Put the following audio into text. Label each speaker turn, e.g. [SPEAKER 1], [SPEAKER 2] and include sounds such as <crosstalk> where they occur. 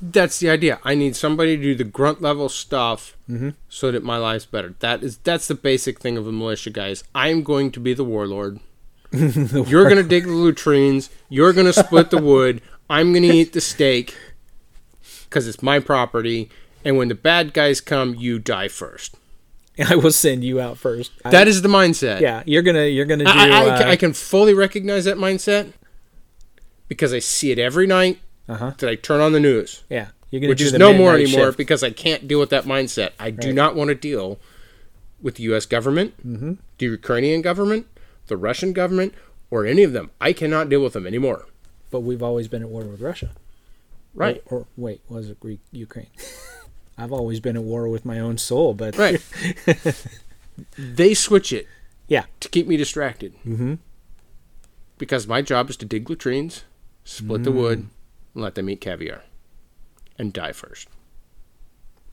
[SPEAKER 1] That's the idea. I need somebody to do the grunt level stuff
[SPEAKER 2] Mm-hmm.
[SPEAKER 1] so that my life's better. That is that's the basic thing of a militia, guys. I'm going to be the
[SPEAKER 2] <laughs>
[SPEAKER 1] warlord. You're going to dig the latrines. You're going to split the wood. I'm going to eat the steak because it's my property. And when the bad guys come, you die first.
[SPEAKER 2] <laughs> I will send you out first. I-
[SPEAKER 1] That is the mindset.
[SPEAKER 2] yeah, you're gonna you're gonna do.
[SPEAKER 1] I, I- I, ca-
[SPEAKER 2] uh,
[SPEAKER 1] I can fully recognize that mindset because I see it every night
[SPEAKER 2] Uh-huh.
[SPEAKER 1] that I turn on the news,
[SPEAKER 2] yeah, you're gonna
[SPEAKER 1] which
[SPEAKER 2] do
[SPEAKER 1] is
[SPEAKER 2] the
[SPEAKER 1] no more
[SPEAKER 2] midnight
[SPEAKER 1] anymore
[SPEAKER 2] shift.
[SPEAKER 1] because I can't deal with that mindset. I do not want to deal with the U.S. government,
[SPEAKER 2] Mm-hmm.
[SPEAKER 1] the Ukrainian government, the Russian government, or any of them. I cannot deal with them anymore.
[SPEAKER 2] But we've always been at war with Russia.
[SPEAKER 1] Right.
[SPEAKER 2] Or, or- wait, was it Greek Ukraine? <laughs> I've always been at war with my own soul, but
[SPEAKER 1] Right. they switch it
[SPEAKER 2] <laughs> yeah,
[SPEAKER 1] to keep me distracted. Mm-hmm. Because my job is to
[SPEAKER 2] Mm.
[SPEAKER 1] dig latrines, split the wood, and let them eat caviar and die first.